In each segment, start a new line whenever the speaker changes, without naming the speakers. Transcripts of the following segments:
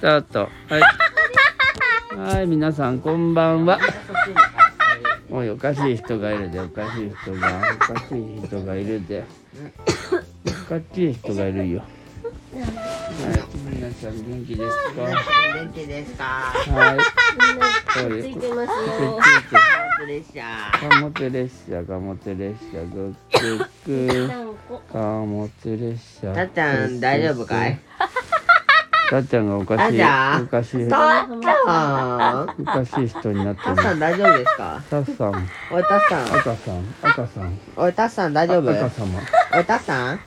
タートはいはい皆さんこんばんはおいおかしい人がいるでおかしい人がおかしい人がいるでおかしい人がいるよはい皆さん元気ですか
元気ですか
はいお
つ
い
い
こ
てます
くっ
よ。
ついて
プレッシャ
貨物列車貨物列車ぐっく
何個？
貨物列車
ーたっちゃん大丈夫かい
たっちゃんがおかしい
たっちゃん
おかしいお
たっちゃん
かしい人になって
たっ
る
さん大丈夫ですか
たっさん
おいたっさん
赤さん赤さん
おいたっさん大丈夫
赤様
おいたっさん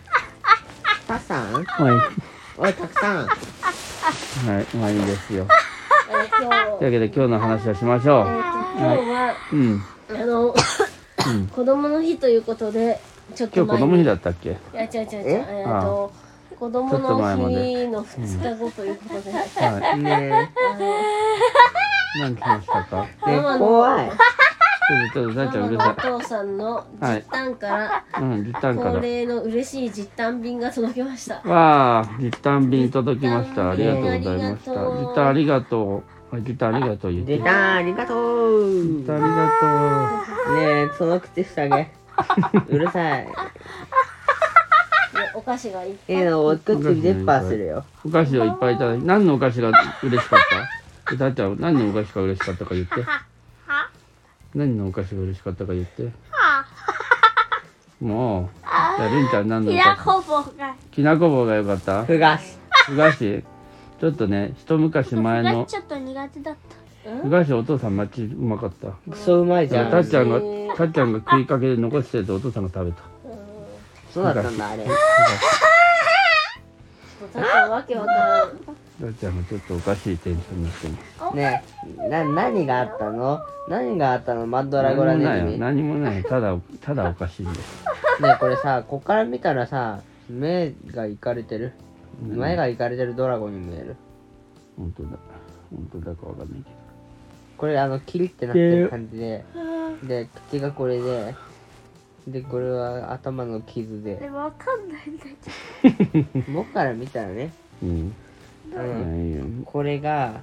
たっさ
は
ん
い
おいたくさ
は
ん
いまあいいですよ
あの
という
今日
わけで今日の話をしましょ
今日は
ううん
あの
うん
子供の日ということでちょっ
今
と
日子供の日
だ。
だったっけ
いや違う違う違う。
え
えっと子供
ちょっと前ま
の
で
日の2日後ということで。
は
ね
い何しましたか
えねえ怖い
ちょっとちょっとたっちゃん
マ
うる
マのお
さ
父さんの
は
実
い
短から
いうん実短か
恒
ら
例の嬉しい実短便が届きました。
わあ、実短便届きました。ありがとうございました。
ありがとう
実短ありがとう。はい実短ありがとう。言って
出たありがとう
実短あ
ねえその口してあげうるさい
でお菓子がいっぱ
いい
い。
のお口出っ歯するよ
りがとう。お菓子をいっぱいいただき、何のお菓子が嬉しかったえだっちゃん、何のお菓子が嬉しかったか言って。何のお菓子が嬉しかったか言って。もう、じゃあ、りんちゃん何のお
き
菓
な
子
こぼうが
きなこ棒が良かった
ふがし
ふ菓子ちょっとね、一昔前の、
ちょっと苦手だっ
ふ菓子お父さん町うまかった。
クソうまいじゃ
たっ
ん
ちゃんが、たっちゃんが食いかけで残しててお父さんが食べた。
そうだったんだあれ
たっちゃんわけわからん。
だっちゃんもちょっとおかしいテンションになってます。
ねえな何があったの何があったのマッドラゴラネズ
何もない
ミ
よ
ね
何もないよただただおかしいんです
えこれさこっから見たらさ目がいかれてる目がいかれてるドラゴンに見える
本当だ本当だかわかんないけど
これあのキリってなってる感じでで口がこれででこれは頭の傷
た。
で
でもわかんないんだけど。
僕から見たらね、
うん、
うん、
ないよ
これが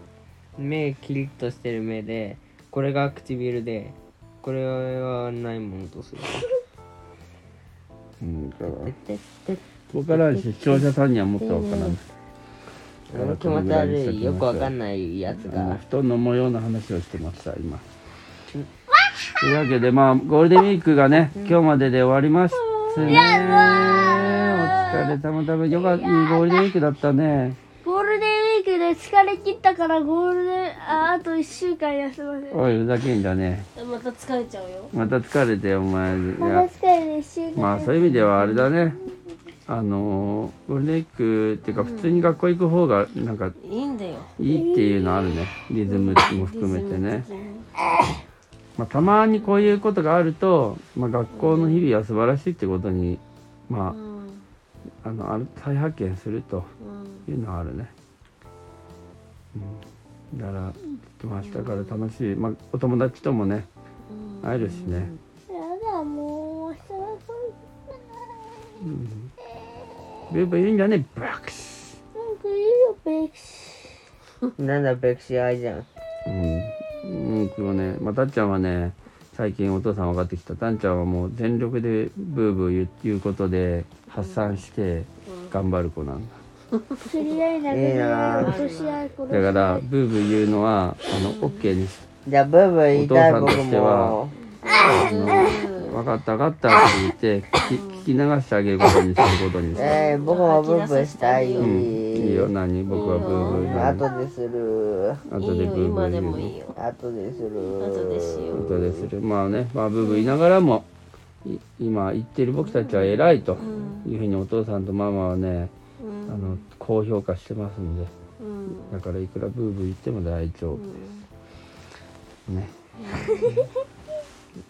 目キリッとしてる目でこれが唇でこれはないものとする
うんだから
てってって
分からんし視聴者さんにはもっとわからない
あの気持ち悪いよくわかんないやつ
あの
が
布団の模様の話をしてました今というわけでまあゴールデンウィークがね今日までで終わりますねお疲れ様だめよかったいいゴールデンウィークだったね
ゴールデンウィークで疲れ切ったからゴールデン、ああと1週間休ませる。
おいふざけんじゃね
また疲れちゃうよ。
えまた疲れてお前いや
確かに1週間。
まあそういう意味ではあれだねあのーゴールデンウィークっていうか普通に学校行く方がなんか
いいんだよ。
いいっていうのあるねリズムも含めてね、まあ、たまにこういうことがあると、まあ、学校の日々は素晴らしいってことにま
うん
ああのある再発見すると
うん
いうのはあるね、うん、だからまあ明日から楽しい、まあ、お友達ともね
うん
会えるしね、
やだ、もう、明日は
うん、ベーブーいるんじゃねブラックス
なんかいいよ、ベイクシ。
なんだベクシアイじゃん
うん、うん、今日ね、まあ、たっちゃんはね、最近お父さん分かってきた。たんちゃんはもう全力でブーブー言う言うことで発散して頑張る子なんだ。
釣り合いなく
いいな
な
あ
い落とし合い、殺し合い。
だから、ブーブー言うのは、あの、オッケーです。
じゃあブーブー言いたい
お父さんと
僕
しては
も
あの分かった分かったって言って、聞き聞き流してあげることにすることにする。
えー、僕もブーブーしたい、
うん、いいよ、何僕はブーブー
あ
何
とでする
後
いい
で
よ
ブーブ
今
ー
で
言
も
う
いいよ。
あとでする
後でしよう。
ことでする。まあね、まあブーブー言いながらも、い今言ってる僕たちは偉いというふうにお父さんとママはね、
う
あ
ん
の高評価してますので
うん
だからいくらブーブー言っても大丈夫、ね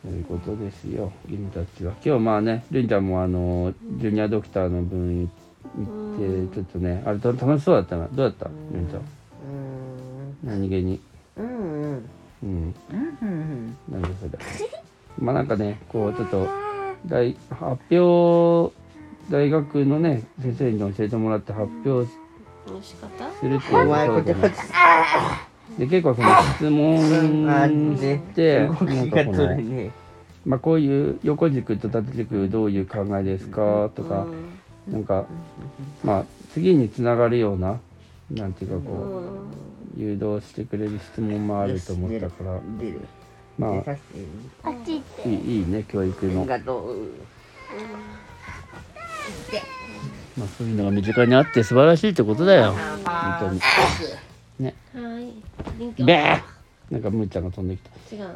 ということですよ君たちは今日まあねるんちゃんもあのジュニアドクターの分行ってちょっとねあれた楽しそうだったなどうだったるんちゃん
うん
何気に
うんうん
うん
うん
なんでそれ まあなんかねこうちょっと大発表大学のね先生に教えてもらって発表
の仕方
するってい
お
う
前
そ
こ
う
ち
じゃ
ゃ
な
こ
い
ち
で結構その質問して
ゃ
な
動き
んか
が
こ
取れ
の、
ね
まあ、こういう横軸と縦軸どういう考えですかとか、
うん
なんかまあ次につながるようななんていうか
う
こ
ん
う誘導してくれる質問もあると思ったから
出る
ま
出
あ
させて
あっち行って
いいいいね教育
あり
の、ま
がとう
あ、そういうのが身近にあって素晴らしいってことだよ本当に
はい元気
べーなんかむーちゃんが飛んできた
違う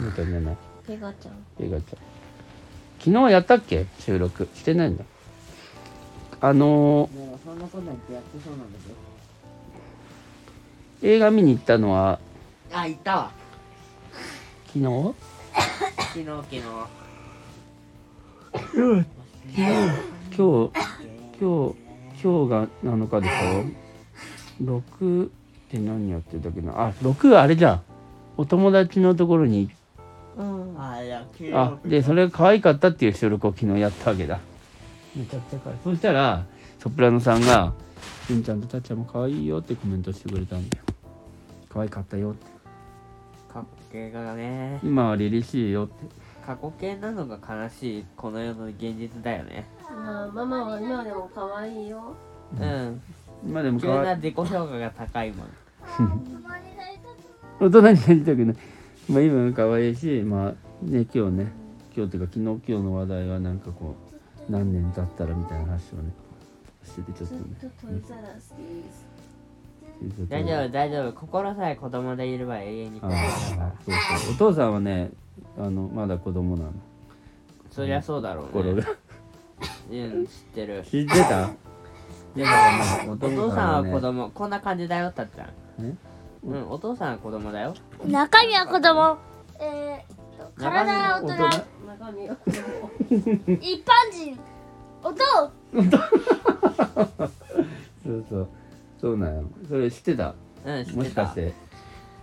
むーちゃんじゃない
ペガちゃん
映画ちゃん昨日やったっけ収録してないんだあのー
そんなことなんてやってそうなんですよ
映画見に行ったのは
あいたわ
昨日
昨日昨日
今日今日今日が7日でしょ6って何やってたっけなあ6はあれじゃんお友達のところに
うん
あいや昨日
あでそれが可愛かったっていう収録を昨日やったわけだめちゃくちゃ可愛いそしたらソプラノさんが「しんちゃんとたっちゃんも可愛いよ」ってコメントしてくれたんだよ可愛かったよって
過去形がね
今は凛々しいよって
過去形なのが悲しいこの世の現実だよね
まあママは今でも可愛いよ
うん
まあでも
急
可愛い
な自己評価が高いもん
大人になりたくない。まあ今も可愛いし、まあね今日ね、今日っていうか昨日今日の話題はなんかこう何年経ったらみたいな話をねしててちょっ
ず
と
っ
ね。
とトイザらスです
大丈夫大丈夫心さえ子供でいれば永遠に
ああそうそう。お父さんはね、あのまだ子供なの。
そりゃそうだろう
心
ね
が
うん知ってる
知って た？でもまあお
お父
父
さ
さんは
んは
ね
子供こんな感じだよたっちゃん
え
うんお父さんは子供だよ
中身は子供えーっと体は大人
中身を
一般人音
そうそう。そうなの。それ知ってた？
うん知
も
って
しかしたて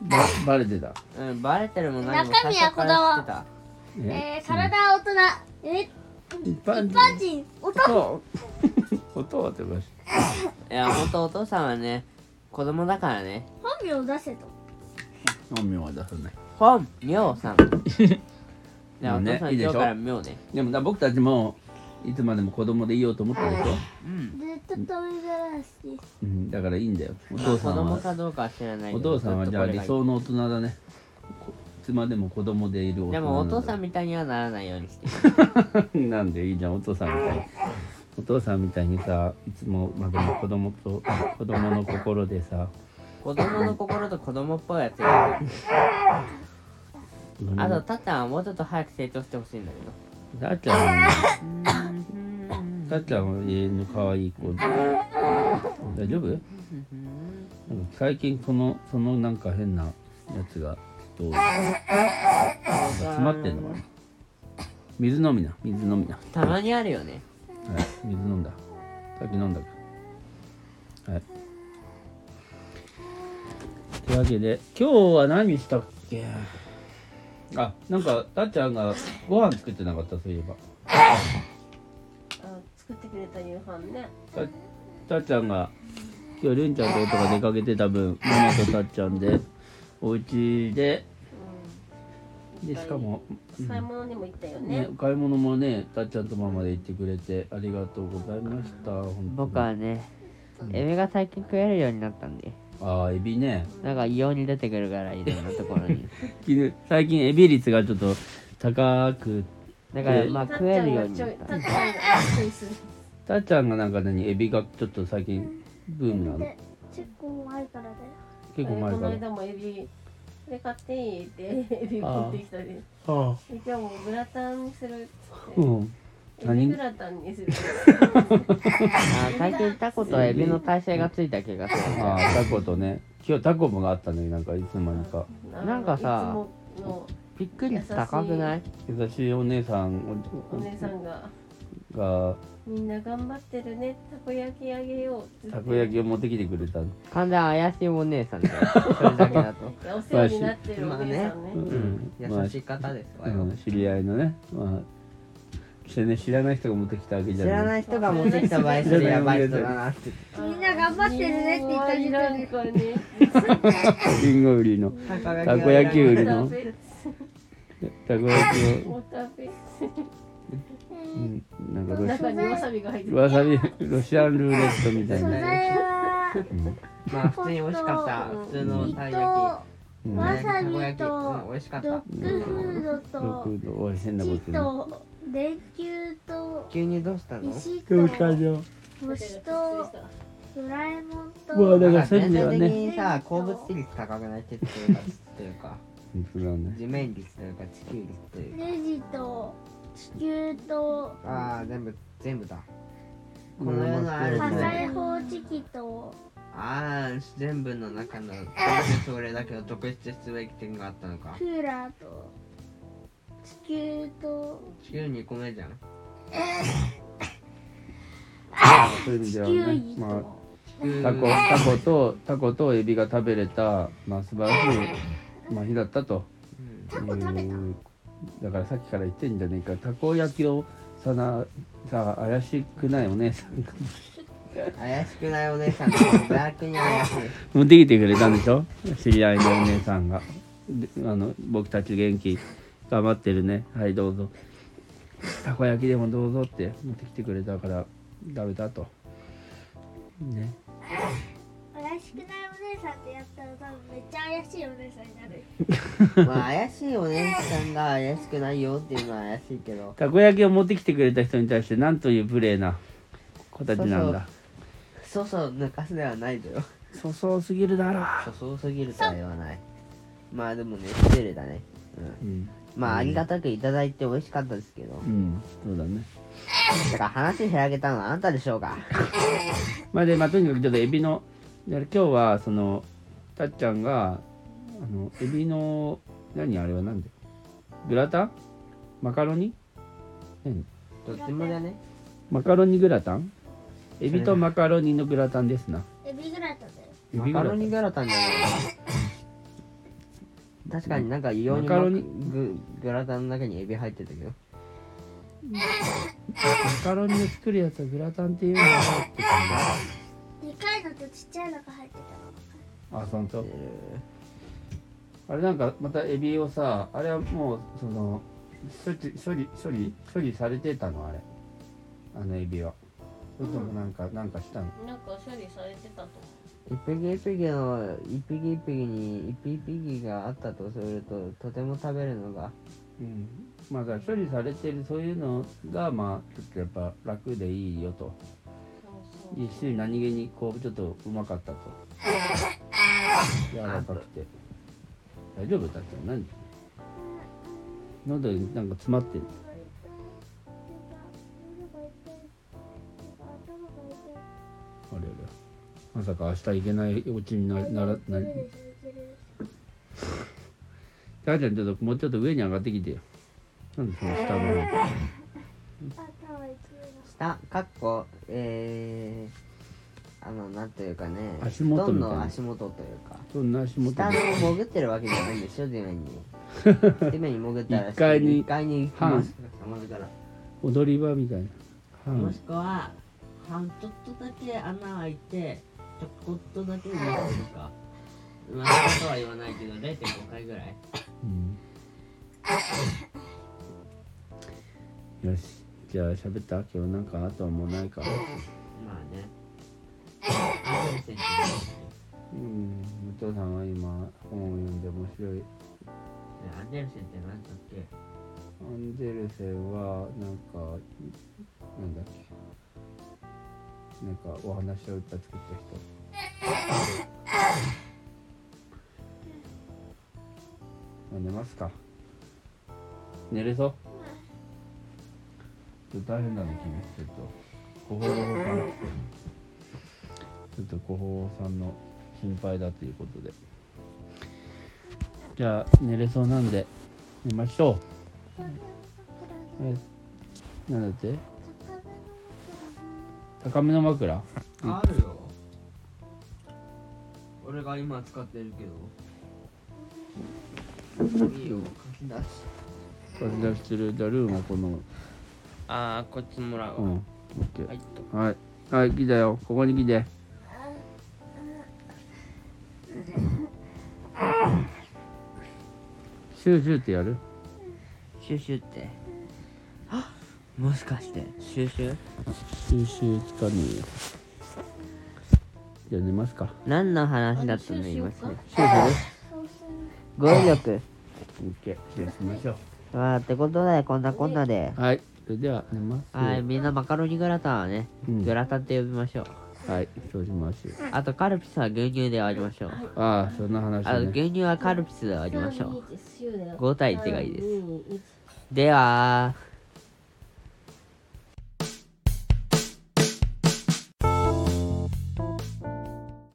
ばバレてた？
うんバレてるも何も
中
最
身は
初
子供
から知ってた
え
えー、体は大人え
一般
一
人。
般人音
音音はってばし。
いや本当お父さんはね子供だからね
本名を出せと
本名は出さない。
本名さんいや
も
お
うね
父さ
い
ん
いでしょ
今日から名ね
でもだ僕たちもいつまでも子供でいようと思ったでしょ、
うん
ずっと飛び出らしい
うん、だからいいんだよお
まあ
父
子
さん
供
は
かどうかは知らないけど
お父さんはじゃあ理想の大人だねこいつまでも子供でいる大人
でもお父さん
ん
みたいにはならないようにして
なんでいいじゃんお父さんみたいにお父さんみたいにさいつもまでも子供と子供の心でさ
子供の心と子供っぽいやつがいるあとたっちゃんはもうちょっと早く成長してほしいんだけ
たっちゃんはね
ど
たっちゃんは永遠の可愛い子大丈夫なんか最近そのそのなんか変なやつがちょっと詰まってんのかな水飲みな水飲みな、は
たまにあるよね
い、水飲んださっき飲んだからはいというわけで今日は何したっけあなんかたっちゃんがご飯作ってなかったそういえば
あ作ってくれた夕飯ね
たたっちゃんが今日りゅんちゃんと音が出かけてた分ママとたっちゃんでお家ででしかも、
うん買い物にも行ったよ
ね
ね、
お買い物もねたっちゃんとママで行ってくれてありがとうございました本当に
僕はねエビが最近食えるようになったんで
ああエビね
なんか異様に出てくるからいろんなところ に
昨日最近エビ率がちょっと高く
だから
え
まあ
たっ
食
ち
え
ゃん
るよ
が
うに
ち
な
ょ
っ
い
た
たっちゃんが注意する
たっちゃんがなんか何エビがちょっと最近ブームなの
で結構前からだよ
結構
こ
前
の
から
間もエビこれ買っていいってエビ持ってきたで
ああ
今日もグラタンにするっつって
うん
エビ
何
グラタンにする
あ最近タコとエビの体勢がついた気がす る
ああタコとね今日タコもがあったのになんかいつの間にか
あの
なんかさ
いつも
びっくり高くない
優しいお姉さん
のお姉さんが
が
みんな頑張ってるねたこ焼きあげようったつっ
こ焼きを持ってきてくれたの
完全怪しいお姉さんだ よそれだけだと
てお世話になってるお姉さんね
うんまあ
い方です
あの知り合いのね、まあ、してね知らない人が持ってきたわけじ
知
ゃない
らない人が持ってきた場合それやばい人だなって
みんな頑張ってるねって言った時点で
これね
リンゴ売りのたこ焼き売りのたこ焼きを、
おたべ
うん、なんかロシ
中にわさびが入ってる
わさびロシアンルーレットみたい
素
な、
材は
まあ普通に美味しかった普通の
身
たい焼
と
うん、
き
わ
ねた
さび
こ焼きうん
と
美味しかっ
ドッ
た
グフード
よ
と
くおいしいなこ
木
とね
と電球と
牛乳どうしたの
石
ど
と
うしたの
虫とドラえもん
うわだ
と
から
まあ
そういう意味で
全体
はね
的にさ鉱物比率高くないって言ってるかというか
本当だね
地面率というか地球率というか
ネジと地球と
ああ全部全部だこの世のある
火
もの
災報知器と
ああ全部の中のそれだけを特筆すべき点があったのか
クーラーと地球と
地球2個目じゃん
そういう意味
地
では
球
ね
儀、
まあ
と
地球
タコタコとタコとエビが食べれた、まあ、素晴らしい、まあ、日だったと
うん
タコ食べただからさっきから言ってんじゃねえかたこ焼きをさなさ怪しくないお姉さんが
怪しくないお姉さんとダークに怪しい
持ってきてくれたんでしょ 知り合いのお姉さんがであの僕たち元気頑張ってるねはいどうぞたこ焼きでもどうぞって持ってきてくれたから食べたとね
怪しくないお姉さんってやったら多分めっちゃ怪しいお姉さんになる
まあ怪しいお姉さんが怪しくないよっていうのは怪しいけど
たこ焼きを持ってきてくれた人に対してなんという無礼な子たちなんだ
そうそう抜かすではないだよ
粗相すぎるだろ
粗相すぎるとは言わないまあでもね失礼だね、うん、
うん、
まあありがたくいただいて美味しかったですけど
うん、そうだね
だから話広げたのはあなたでしょうが
まあでまあとにかくちょっとエビのだから今日はそのたっちゃんがあのエビの何あれは何でグラタンマカロニ何
どっちもだね
マカロニグラタンエビとマカロニのグラタンですな
エビグラタンだよ
エ
マ
ビグ
カ
ラ
ロ
タン
ニグラタンじゃない確かになんか異様に
マカロニ
マカググラタンの中にエビ入ってたけど
マカロニを作るやつはグラタンっていうのが入って
でかいのとちっちゃいのが入ってた
たのあそうそう
え
あれなんかまたエビをさあれはもうその処置処理処理処理されてたのあれあのエビはそれともなんか、なんかしたの
なんか処理されてたと
ー一匹一匹の一匹一匹に一匹一匹があったとするととても食べるのが
うん、まあだから処理されてるそういうのがまあちょっとやっぱ楽でいいよと
思うそう
一種何気にこうちょっとうまかったと柔らかくて大丈夫だって何喉になんか詰まってるあれあれまさか明日行けないお家になならなたーちゃんちょっともうちょっと上に上がってきてよなんでその下の方
下かっこえー、あのなんというかね
足元みたいな
布団の足元というか
そんな足元
下
に
の潜ってるわけじゃないんでしょ地面 に地面に潜ったら
一階に
一階に行き
半
ますから
踊り場みたいな、は
も
い
しくは半ちょっとだけ穴開いてちょこっとだけ入れるとかまあそうとは言わないけど0.5回ぐらい
うん、よしじゃあ喋った今日なんかあとはもうないか
まあねアドレスにア
うんお父さんは今本を読んで面白い
ンデルセンって何だっけ
アンデルセンはなんかなんだっけなんかお話をいっぱい作った人 まあ寝ますか寝れそうちょっと大変だね君ちょっと小宝さんちょっと小宝さんの心配だということでじゃあ寝れそうなんで寝ましょうえなんだって高めの枕
あるよ俺が今使ってるけどいいよ書き出し
貸し出してるじゃあルーンはこの
あーこっちもらう
う
わ、
ん。オッケ
はい
ー。はい。はい、来たよ。ここに来て。シューシューってやる
シュシュってあもしかしてシュシュ
シューシューつかねえよ。じゃあ寝ますか。
何の話だったの今シュ
シューシューです。
語彙力
オッケー。じゃあしましょ
わーってことでこんなこんなで
う。はい。それでは寝ます。
はいみんなマカロニグラタンはね
うん
グラタンって呼びましょう
はい。そうしましょう。
あとカルピスは牛乳で割りましょう
ああ、そんな話、ね。
あと牛乳はカルピスで割りましょう
321だよ
5対1がいいです
321
ではー